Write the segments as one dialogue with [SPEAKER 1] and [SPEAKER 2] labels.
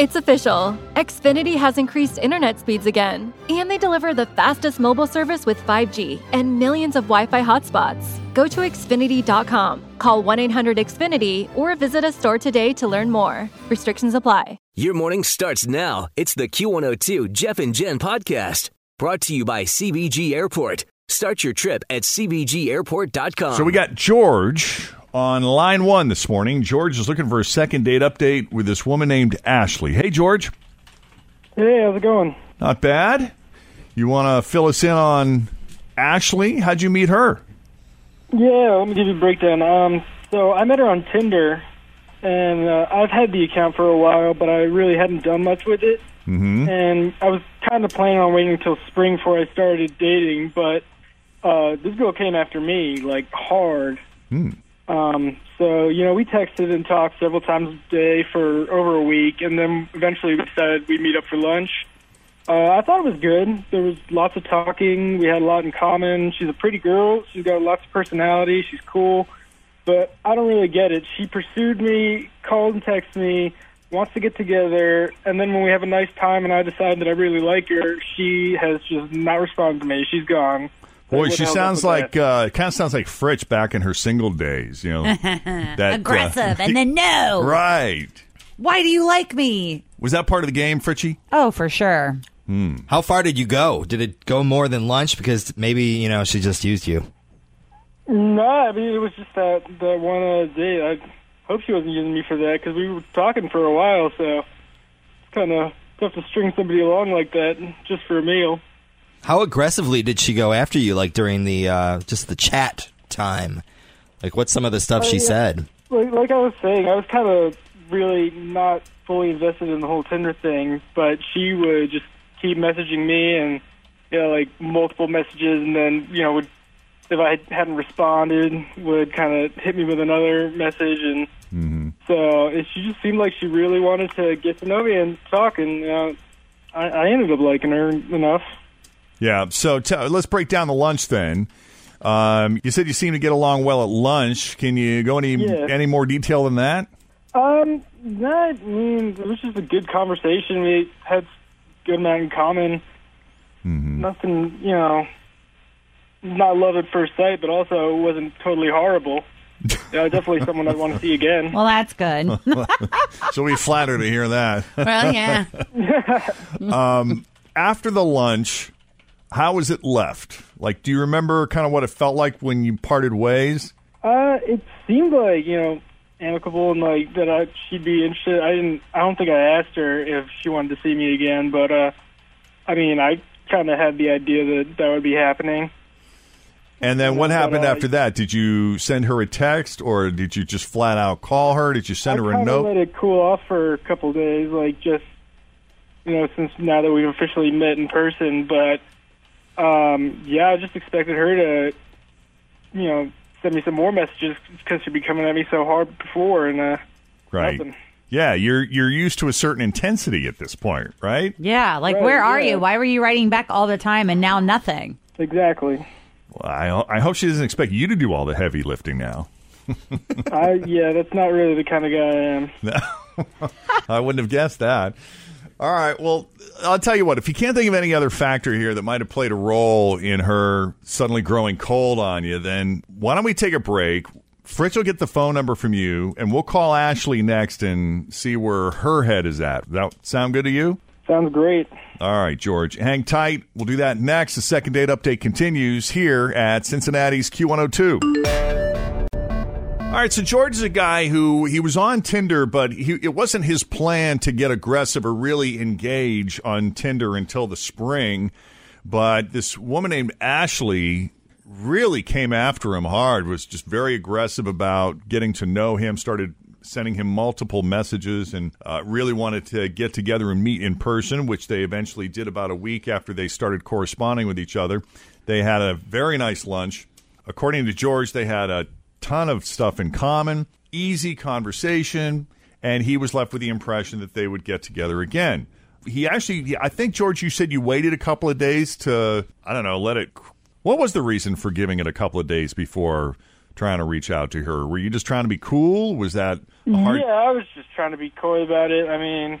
[SPEAKER 1] It's official. Xfinity has increased internet speeds again, and they deliver the fastest mobile service with 5G and millions of Wi Fi hotspots. Go to Xfinity.com, call 1 800 Xfinity, or visit a store today to learn more. Restrictions apply.
[SPEAKER 2] Your morning starts now. It's the Q102 Jeff and Jen podcast brought to you by CBG Airport. Start your trip at CBGAirport.com.
[SPEAKER 3] So we got George on line one this morning. George is looking for a second date update with this woman named Ashley. Hey, George.
[SPEAKER 4] Hey, how's it going?
[SPEAKER 3] Not bad. You want to fill us in on Ashley? How'd you meet her?
[SPEAKER 4] Yeah, let me give you a breakdown. Um, so I met her on Tinder, and uh, I've had the account for a while, but I really hadn't done much with it. Mm-hmm. And I was kind of planning on waiting until spring before I started dating, but uh, this girl came after me like hard.
[SPEAKER 3] Hmm.
[SPEAKER 4] Um, so you know, we texted and talked several times a day for over a week, and then eventually we decided we'd meet up for lunch. Uh, I thought it was good. There was lots of talking. We had a lot in common. She's a pretty girl. She's got lots of personality. She's cool, but I don't really get it. She pursued me, called and texted me, wants to get together, and then when we have a nice time and I decide that I really like her, she has just not responded to me. She's gone.
[SPEAKER 3] Boy,
[SPEAKER 4] What
[SPEAKER 3] she
[SPEAKER 4] the hell's up
[SPEAKER 3] sounds
[SPEAKER 4] with
[SPEAKER 3] like
[SPEAKER 4] that?
[SPEAKER 3] uh, kind of sounds like Fritch back in her single days. You know, that uh,
[SPEAKER 5] aggressive and then no.
[SPEAKER 3] right?
[SPEAKER 5] Why do you like me?
[SPEAKER 3] Was that part of the game, Fritchie?
[SPEAKER 5] Oh, for sure.
[SPEAKER 6] How far did you go? Did it go more than lunch? Because maybe you know she just used you.
[SPEAKER 4] No, I mean it was just that that one uh, date. I hope she wasn't using me for that because we were talking for a while, so it's kind of tough to string somebody along like that just for a meal.
[SPEAKER 6] How aggressively did she go after you? Like during the uh, just the chat time? Like what's some of the stuff she
[SPEAKER 7] Oh,
[SPEAKER 4] yeah.
[SPEAKER 6] said?
[SPEAKER 4] Like, like I was saying, I was kind of really not fully invested in the whole Tinder thing, but she would just keep messaging me and you know like multiple messages, and then you know would if I hadn't responded would kind of hit me with another message, and so it, she just seemed like she really wanted to get to know me and talk, and uh, I, I ended up liking her enough.
[SPEAKER 3] Yeah. So t- let's break down the lunch then. Um, you said you seem to get along well at lunch. Can you go any
[SPEAKER 4] Yeah.
[SPEAKER 3] any more detail than that?
[SPEAKER 4] Um, not. I mean, it was just a good conversation. We had good amount in common. Nothing, you know, not love at first sight, but also it wasn't totally horrible. yeah, definitely someone I'd want to see again.
[SPEAKER 8] Well, that's good.
[SPEAKER 3] So we flattered to hear that.
[SPEAKER 8] well, yeah.
[SPEAKER 3] After the lunch, how was it left? Like, do you remember kind of what it felt like when you parted ways?
[SPEAKER 4] Uh, it seemed like you know amicable and like that I, she'd be interested. I didn't. I don't think I asked her if she wanted to see me again, but uh, I mean, I kind of had the idea that that would be happening.
[SPEAKER 3] And then what
[SPEAKER 4] But,
[SPEAKER 3] happened
[SPEAKER 4] uh,
[SPEAKER 3] after that? Did you send her a text or did you just flat out call her? Did you send her
[SPEAKER 4] I
[SPEAKER 3] a
[SPEAKER 4] kinda
[SPEAKER 3] note?
[SPEAKER 4] Let it cool off for a couple of days, like just you know, since now that we've officially met in person. But um, yeah, I just expected her to, you know, send me some more messages because she'd be coming at me so hard before, and uh,
[SPEAKER 3] right.
[SPEAKER 4] nothing.
[SPEAKER 3] Yeah, you're you're used to a certain intensity at this point, right?
[SPEAKER 8] Yeah. Like,
[SPEAKER 4] Right,
[SPEAKER 8] where are
[SPEAKER 4] yeah.
[SPEAKER 8] you? Why were you writing back all the time and now nothing?
[SPEAKER 4] exactly.
[SPEAKER 3] Well, I I hope she doesn't expect you to do all the heavy lifting now.
[SPEAKER 4] I yeah, that's not really the kind of guy I am.
[SPEAKER 3] I wouldn't have guessed that. All right. Well, I'll tell you what. If you can't think of any other factor here that might have played a role in her suddenly growing cold on you, then why don't we take a break? Fritz will get the phone number from you, and we'll call Ashley next and see where her head is at. That sound good to you?
[SPEAKER 4] Sounds great.
[SPEAKER 3] All right, George. Hang tight. We'll do that next. The second date update continues here at Cincinnati's Q102. All right, so George is a guy who he was on Tinder, but he, it wasn't his plan to get aggressive or really engage on Tinder until the spring. But this woman named Ashley really came after him hard, was just very aggressive about getting to know him, started sending him multiple messages and uh, really wanted to get together and meet in person, which they eventually did about a week after they started corresponding with each other. They had a very nice lunch. According to George, they had a ton of stuff in common, easy conversation, and he was left with the impression that they would get together again. He actually, I think, George, you said you waited a couple of days to, I don't know, let it. What was the reason for giving it a couple of days before trying to reach out to her? Were you just trying to be cool? Was that a hard.
[SPEAKER 4] Yeah, I was just trying to be coy about it. I mean,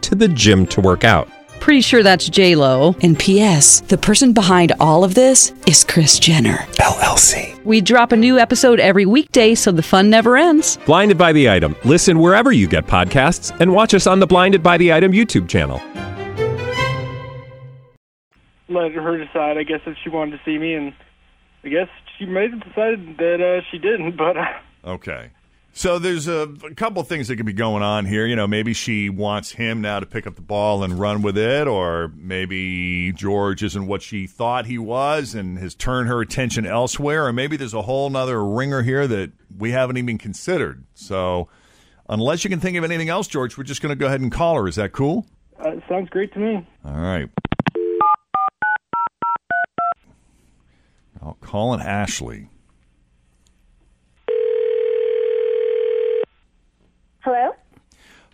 [SPEAKER 9] to the gym to work out.
[SPEAKER 10] Pretty sure that's J Lo. And P.S. The person behind all of this is Chris Jenner LLC. We drop a new episode every weekday, so the fun never ends.
[SPEAKER 9] Blinded by the item. Listen wherever you get podcasts, and watch us on the Blinded by the Item YouTube channel.
[SPEAKER 4] let her decide, I guess, if she wanted to see me. And I guess she may have decided that uh, she didn't, but uh,
[SPEAKER 3] Okay. So there's a, a couple things that could be going on here. You know, maybe she wants him now to pick up the ball and run with it, or maybe George isn't what she thought he was and has turned her attention elsewhere, or maybe there's a whole nother ringer here that we haven't even considered. So unless you can think of anything else, George, we're just going to go ahead and call her. Is that cool?
[SPEAKER 4] uh, it sounds great to me.
[SPEAKER 3] All right. I'll call it Ashley.
[SPEAKER 11] Hello,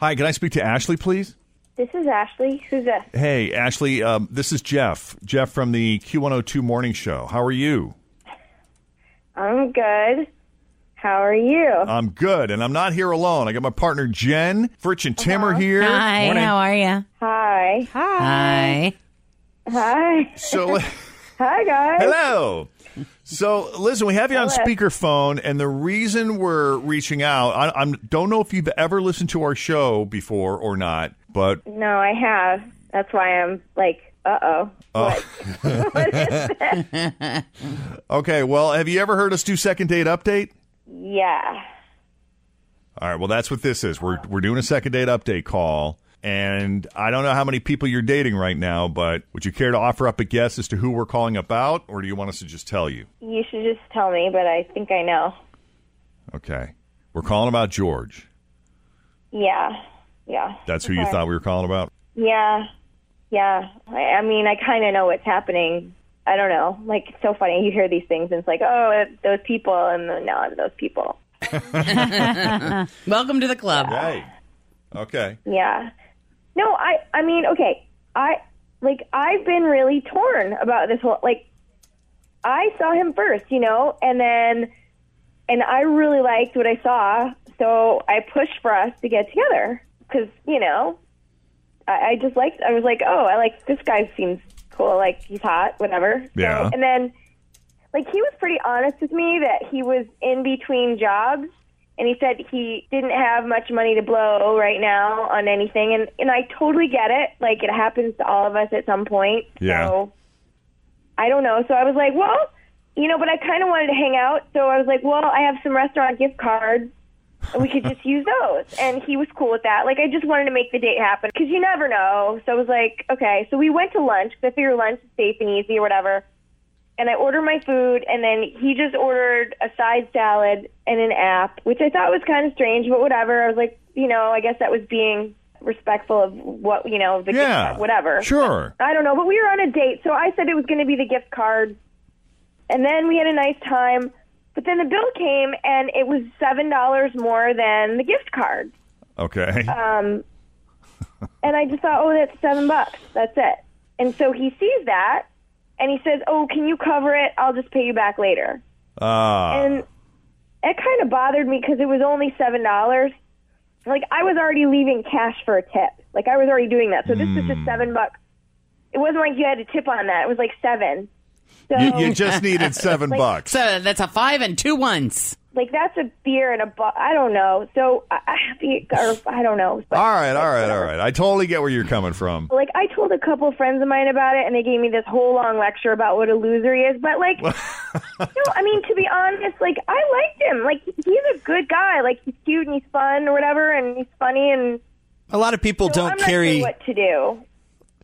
[SPEAKER 3] Hi, can I speak to Ashley, please?
[SPEAKER 11] this is Ashley. Who's this?
[SPEAKER 3] Hey, Ashley, um, this is Jeff. Jeff from the Q102 Morning Show. How are you?
[SPEAKER 11] I'm good. How are you?
[SPEAKER 3] I'm good, and I'm not here alone. I got my partner Jen, Fritch, and Tim are here.
[SPEAKER 11] Hi,
[SPEAKER 3] Morning.
[SPEAKER 11] how
[SPEAKER 8] are you?
[SPEAKER 11] Hi.
[SPEAKER 3] Hi.
[SPEAKER 11] Hi.
[SPEAKER 3] So,
[SPEAKER 11] Hi, guys.
[SPEAKER 3] hello. So, listen, we have you on
[SPEAKER 11] Hello.
[SPEAKER 3] speakerphone, and the reason we're reaching out, I I'm, don't know if you've ever listened to our show before or not, but
[SPEAKER 11] No, I have. That's why I'm like, uh oh.
[SPEAKER 3] uh, okay. Well, have you ever heard us do second date update?
[SPEAKER 11] Yeah.
[SPEAKER 3] All right. Well, that's what this is. We're we're doing a second date update call, and I don't know how many people you're dating right now, but would you care to offer up a guess as to who we're calling about, or do you want us to just tell you?
[SPEAKER 11] You should just tell me, but I think I know.
[SPEAKER 3] Okay, we're calling about George.
[SPEAKER 11] Yeah. Yeah.
[SPEAKER 3] That's who you
[SPEAKER 11] Okay.
[SPEAKER 3] thought we were calling about.
[SPEAKER 11] Yeah. Yeah. I, I mean, I kind of know what's happening. I don't know. Like, it's so funny. You hear these things, and it's like, oh, it- those people, and then, no, those people.
[SPEAKER 12] Welcome to the
[SPEAKER 11] Um,
[SPEAKER 12] club.
[SPEAKER 3] Right. Okay.
[SPEAKER 11] Yeah. No, I I mean, okay. I like I've been really torn about this whole like I saw him first, you know, and then and I really liked what I saw, so I pushed for us to get together cuz, you know, I, I just liked I was like, "Oh, I like this guy seems cool, like he's hot, whatever."
[SPEAKER 13] Yeah.
[SPEAKER 11] And then like he was pretty honest with me that he was in between jobs and he said he didn't have much money to blow right now on anything and and I totally get it. Like it happens to all of us at some point.
[SPEAKER 13] Yeah.
[SPEAKER 11] So I don't know. So I was like, well, you know, but I kind of wanted to hang out. So I was like, well, I have some restaurant gift cards. and We could just use those. And he was cool with that. Like, I just wanted to make the date happen because you never know. So I was like, okay. So we went to lunch because I figured lunch is safe and easy or whatever. And I ordered my food, and then he just ordered a side salad and an app, which I thought was kind of strange, but whatever. I was like, you know, I guess that was being respectful of what, you know, the gift
[SPEAKER 3] Yeah,
[SPEAKER 11] card, whatever.
[SPEAKER 3] sure.
[SPEAKER 11] I don't know, but we were on a date, so I said it was going to be the gift card. And then we had a nice time, but then the bill came and it was $7 more than the gift card.
[SPEAKER 3] Okay.
[SPEAKER 11] Um, and I just thought, oh, that's 7 bucks. That's it. And so he sees that and he says, "Oh, can you cover it? I'll just pay you back later."
[SPEAKER 3] Ah.
[SPEAKER 11] and it kind of bothered me because it was only seven dollars. Like I was already leaving cash for a tip. Like
[SPEAKER 3] Hmm.
[SPEAKER 11] I was already doing that. So this was just seven bucks. It wasn't like you had to tip on that. It was like seven. So
[SPEAKER 3] You- you just needed seven
[SPEAKER 11] Like-
[SPEAKER 3] bucks.
[SPEAKER 12] So Uh, that's a five and two ones.
[SPEAKER 11] like that's a beer and a bu- I don't know. So I, I, or, I don't know.
[SPEAKER 3] All right, all right, all right. I totally get where you're coming from.
[SPEAKER 11] Like I told a couple friends of mine about it, and they gave me this whole long lecture about what a loser he is. But like, no, I mean to be honest, like I liked him. Like he's a good guy. Like he's cute and he's fun or whatever, and he's funny and
[SPEAKER 6] A lot of people
[SPEAKER 11] I'm
[SPEAKER 6] don't
[SPEAKER 11] not sure
[SPEAKER 6] carry
[SPEAKER 11] what to do.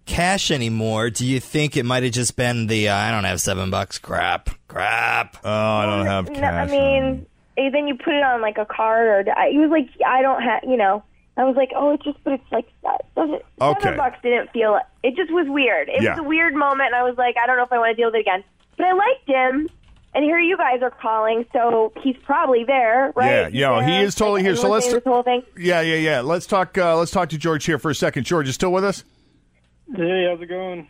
[SPEAKER 6] cash anymore. Do you think it might have just been the uh, I don't have seven bucks? Crap, crap.
[SPEAKER 3] Oh, I don't have
[SPEAKER 11] Um, No, I mean, eh, then you put it on like a card, or I, he was like, I don't have, you know. I was like, oh, it's just, but it's like that doesn't.
[SPEAKER 3] Okay.
[SPEAKER 11] Seven bucks didn't feel. It just was weird. It
[SPEAKER 3] Yeah.
[SPEAKER 11] was a weird moment, and I was like, I don't know if I want to deal with it again. But I liked him, and here you guys are calling, so he's probably there, right?
[SPEAKER 3] Yeah, yeah, he is totally here. So let's
[SPEAKER 11] do this whole thing.
[SPEAKER 3] Yeah, yeah, yeah. Let's talk. Uh, let's talk to George here for a second. George, you still with us?
[SPEAKER 4] Hey, how's it going?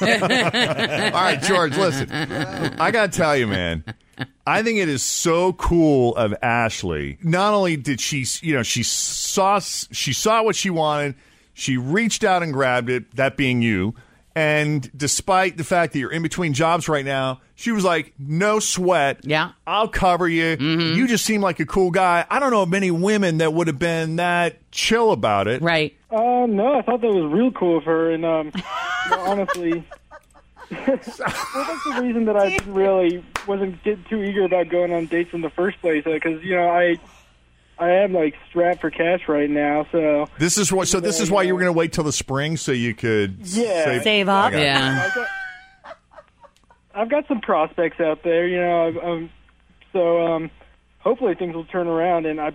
[SPEAKER 3] All right, George, listen. I got to tell you, man. I think it is so cool of Ashley. Not only did she, you know, she saw she saw what she wanted, she reached out and grabbed it, that being you. And despite the fact that you're in between jobs right now, she was like, "No sweat. Yeah. Mm-hmm. I'll cover you. You just seem like a cool guy. I don't know of many women that would have been that chill about it."
[SPEAKER 12] Right.
[SPEAKER 4] Um, no, I thought that was real cool of her, and um, you know, honestly, well, that's the reason that I didn't really wasn't get too eager about going on dates in the first place, because you know I, I am like strapped for cash right now, so
[SPEAKER 3] This is what. So this is why you were going to wait till the spring so you could
[SPEAKER 4] Yeah.
[SPEAKER 3] save,
[SPEAKER 4] Save up.
[SPEAKER 3] I got it.
[SPEAKER 4] Yeah. I've got some prospects out there, you know, I've, um, so um, hopefully things will turn around, and I,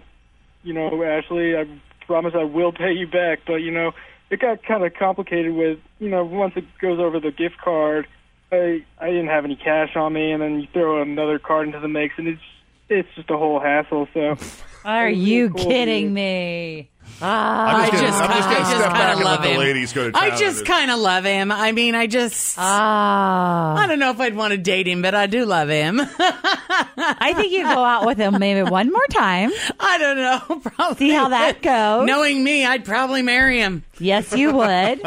[SPEAKER 4] you know, Ashley, I promise I will pay you back, but you know, it got kind of complicated with, you know, once it goes over the gift card, I I didn't have any cash on me, and then you throw another card into the mix, and it's it's just a whole hassle. So
[SPEAKER 8] Are
[SPEAKER 4] It was
[SPEAKER 8] you
[SPEAKER 4] really cool,
[SPEAKER 8] kidding
[SPEAKER 4] dude.
[SPEAKER 8] me?
[SPEAKER 12] I
[SPEAKER 8] Ah,
[SPEAKER 12] just,
[SPEAKER 3] I'm just
[SPEAKER 12] I
[SPEAKER 3] gonna
[SPEAKER 12] just
[SPEAKER 3] step
[SPEAKER 12] kind
[SPEAKER 3] back
[SPEAKER 12] of
[SPEAKER 3] and
[SPEAKER 12] love
[SPEAKER 3] let the
[SPEAKER 12] him.
[SPEAKER 3] ladies go to town
[SPEAKER 12] I
[SPEAKER 3] on
[SPEAKER 12] just
[SPEAKER 3] this.
[SPEAKER 12] kind of love him. I mean, I just. Ah. I don't know if I'd want to date him, but I do love him.
[SPEAKER 8] I think you go out with him maybe one more time.
[SPEAKER 12] I don't know. Probably
[SPEAKER 8] see how that goes.
[SPEAKER 12] Knowing me, I'd probably marry him.
[SPEAKER 8] Yes, you would.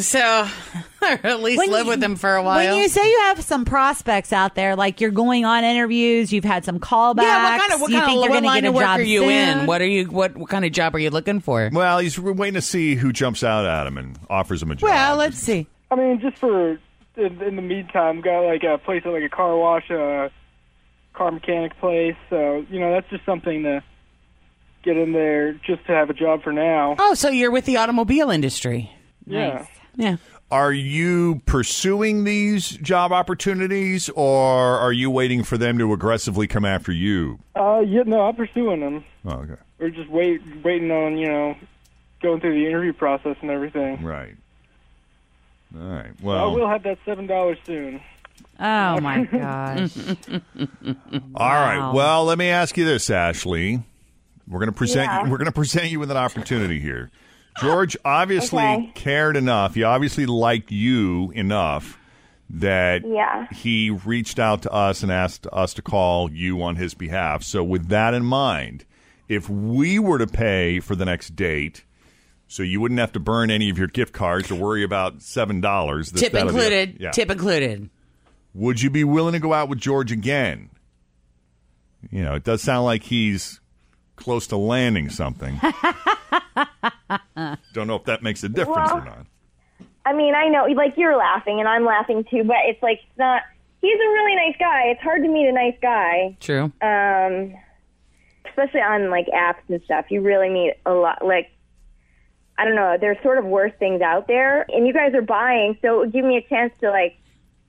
[SPEAKER 12] so, or at least
[SPEAKER 8] When
[SPEAKER 12] live
[SPEAKER 8] you-
[SPEAKER 12] with him for a while.
[SPEAKER 8] When you say you have some prospects out there, like you're going on interviews, you've had some callbacks.
[SPEAKER 12] yeah, what kind of what
[SPEAKER 8] you
[SPEAKER 12] kind
[SPEAKER 8] think
[SPEAKER 12] of
[SPEAKER 8] you're
[SPEAKER 12] what
[SPEAKER 8] going to
[SPEAKER 12] line
[SPEAKER 8] get a
[SPEAKER 12] of work
[SPEAKER 8] job
[SPEAKER 12] are you
[SPEAKER 8] soon?
[SPEAKER 12] in? What are you what what kind of job are you looking for?
[SPEAKER 3] Well, he's we're waiting to see who jumps out at him and offers him a job.
[SPEAKER 12] Well, let's see.
[SPEAKER 4] I mean, just for in, in the meantime, got like a place at like a car wash, a car mechanic place. So you know, that's just something to get in there just to have a job for now.
[SPEAKER 12] Oh, so you're with the automobile industry.
[SPEAKER 4] Yeah.
[SPEAKER 12] Yeah.
[SPEAKER 3] Are you pursuing these job opportunities, or are you waiting for them to aggressively come after you?
[SPEAKER 4] Uh, yeah, no, I'm pursuing them.
[SPEAKER 3] Oh, okay.
[SPEAKER 4] We're just wait waiting on you know going through the interview process and everything.
[SPEAKER 3] Right. All right.
[SPEAKER 4] I
[SPEAKER 3] Well.
[SPEAKER 4] will have that seven dollars soon.
[SPEAKER 8] Oh my gosh.
[SPEAKER 3] All right.
[SPEAKER 4] Wow.
[SPEAKER 3] Well, let me ask you this, Ashley. We're going to present
[SPEAKER 4] Yeah.
[SPEAKER 3] you, we're going to present you with an opportunity here. George obviously
[SPEAKER 11] Okay.
[SPEAKER 3] cared enough. He obviously liked you enough that
[SPEAKER 11] Yeah.
[SPEAKER 3] he reached out to us and asked us to call you on his behalf. So with that in mind, if we were to pay for the next date, so you wouldn't have to burn any of your gift cards or worry about seven dollars.
[SPEAKER 12] Tip included. Tip included.
[SPEAKER 3] Would you be willing to go out with George again? You know, it does sound like he's close to landing something. Don't know if that makes a difference or
[SPEAKER 11] Well-
[SPEAKER 3] not.
[SPEAKER 11] I mean, I know, like you're laughing and I'm laughing too, but it's like it's not. He's a really nice guy. It's hard to meet a nice guy.
[SPEAKER 12] True.
[SPEAKER 11] um, especially on like apps and stuff, you really need a lot. Like, I don't know, there's sort of worse things out there, and you guys are buying, so it would give me a chance to like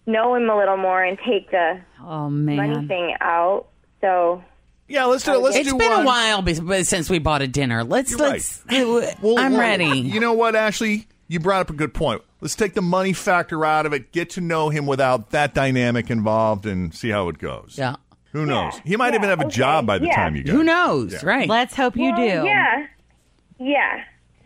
[SPEAKER 11] know him a little more and take the
[SPEAKER 8] oh man
[SPEAKER 11] money thing out. So
[SPEAKER 3] Yeah, let's do let's
[SPEAKER 12] It's
[SPEAKER 3] do
[SPEAKER 12] been
[SPEAKER 3] one.
[SPEAKER 12] a while be- be- since we bought a dinner. Let's
[SPEAKER 3] You're
[SPEAKER 12] let's.
[SPEAKER 3] Well,
[SPEAKER 12] I'm
[SPEAKER 3] well,
[SPEAKER 12] ready.
[SPEAKER 3] You know what, Ashley? You brought up a good point. Let's take the money factor out of it, get to know him without that dynamic involved, and see how it goes.
[SPEAKER 12] Yeah.
[SPEAKER 3] Who knows? He might even have a job by the
[SPEAKER 11] yeah.
[SPEAKER 3] time you get.
[SPEAKER 12] Who
[SPEAKER 3] it.
[SPEAKER 12] knows?
[SPEAKER 3] Yeah.
[SPEAKER 12] Right.
[SPEAKER 8] Let's hope you
[SPEAKER 11] Well,
[SPEAKER 8] do.
[SPEAKER 11] Yeah, yeah.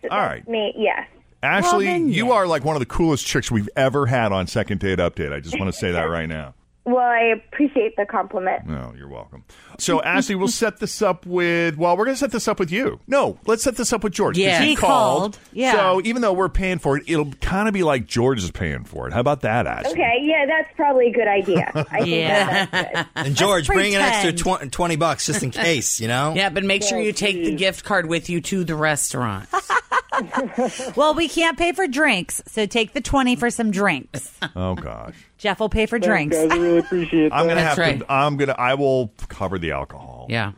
[SPEAKER 3] All right.
[SPEAKER 11] Me, yeah.
[SPEAKER 3] Ashley, you are like one of the coolest chicks we've ever had on Second Date Update. I just want to say that right now.
[SPEAKER 11] Well, I appreciate the compliment.
[SPEAKER 3] No, you're welcome. So, Ashley, we'll set this up with. Well, we're going to set this up with you. No, let's set this up with George. 'cause
[SPEAKER 8] Yeah.
[SPEAKER 3] he
[SPEAKER 8] He
[SPEAKER 3] called.
[SPEAKER 8] called. Yeah.
[SPEAKER 3] So, even though we're paying for it, it'll kind of be like George is paying for it. How about that, Ashley?
[SPEAKER 11] Okay, yeah, that's probably a good idea. I think that-
[SPEAKER 6] And George, bring an extra
[SPEAKER 12] pretend.
[SPEAKER 6] 20, 20 bucks just in case, you know?
[SPEAKER 12] Yeah, but make sure you take the gift card with you to the restaurant.
[SPEAKER 8] well, we can't pay for drinks, so take the 20 for some drinks.
[SPEAKER 3] Oh gosh.
[SPEAKER 8] Jeff will pay for
[SPEAKER 4] Thanks,
[SPEAKER 8] drinks.
[SPEAKER 4] guys. I really appreciate that.
[SPEAKER 3] I'm gonna have to. I'm gonna. I will cover the alcohol.
[SPEAKER 12] Yeah.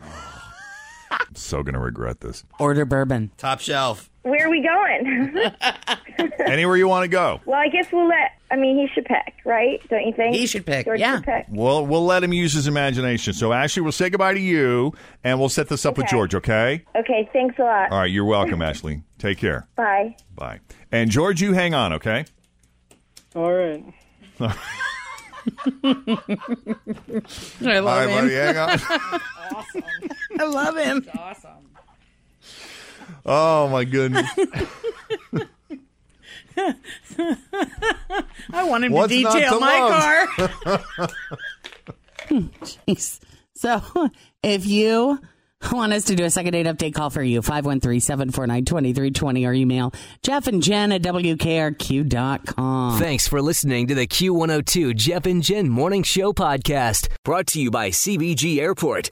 [SPEAKER 3] I'm so gonna regret this.
[SPEAKER 12] Order bourbon.
[SPEAKER 6] Top shelf.
[SPEAKER 11] Where are we going?
[SPEAKER 3] Anywhere you want to go.
[SPEAKER 11] well, I guess we'll let. I mean, he should pick, right? Don't you think?
[SPEAKER 3] He should pick,
[SPEAKER 11] George
[SPEAKER 3] yeah.
[SPEAKER 11] Should pick.
[SPEAKER 3] Well, we'll let him use his imagination. So, Ashley, we'll say goodbye to you, and we'll set this up with
[SPEAKER 11] Okay.
[SPEAKER 3] George. Okay.
[SPEAKER 11] Okay, thanks a lot.
[SPEAKER 3] All right. You're welcome, Ashley. Take care.
[SPEAKER 11] Bye.
[SPEAKER 3] Bye. And George, you hang on. Okay.
[SPEAKER 4] All right.
[SPEAKER 12] I love
[SPEAKER 3] All right,
[SPEAKER 12] him.
[SPEAKER 3] buddy, hang on.
[SPEAKER 12] I love him.
[SPEAKER 3] Oh my goodness.
[SPEAKER 12] I want him
[SPEAKER 14] What's
[SPEAKER 12] to
[SPEAKER 14] not
[SPEAKER 12] detail
[SPEAKER 14] to
[SPEAKER 12] my car.
[SPEAKER 14] car.
[SPEAKER 12] Jeez. So if you want us to do a second date update call for you, 513-749-2320 or email Jeff and Jen at WKRQ.com.
[SPEAKER 2] Thanks for listening to the Q102 Jeff and Jen Morning Show podcast, brought to you by CBG Airport.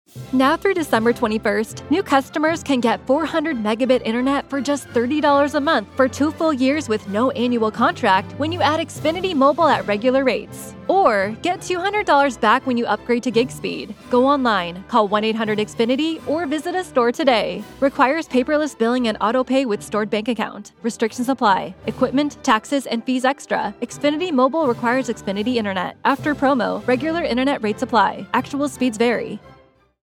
[SPEAKER 1] Now through December 21st, new customers can get 400 megabit internet for just $30 a month for two full years with no annual contract when you add Xfinity Mobile at regular rates. Or get $200 back when you upgrade to gig speed. Go online, call 1 800 Xfinity, or visit a store today. Requires paperless billing and auto pay with stored bank account. Restrictions apply. Equipment, taxes, and fees extra. Xfinity Mobile requires Xfinity Internet. After promo, regular internet rates apply. Actual speeds vary.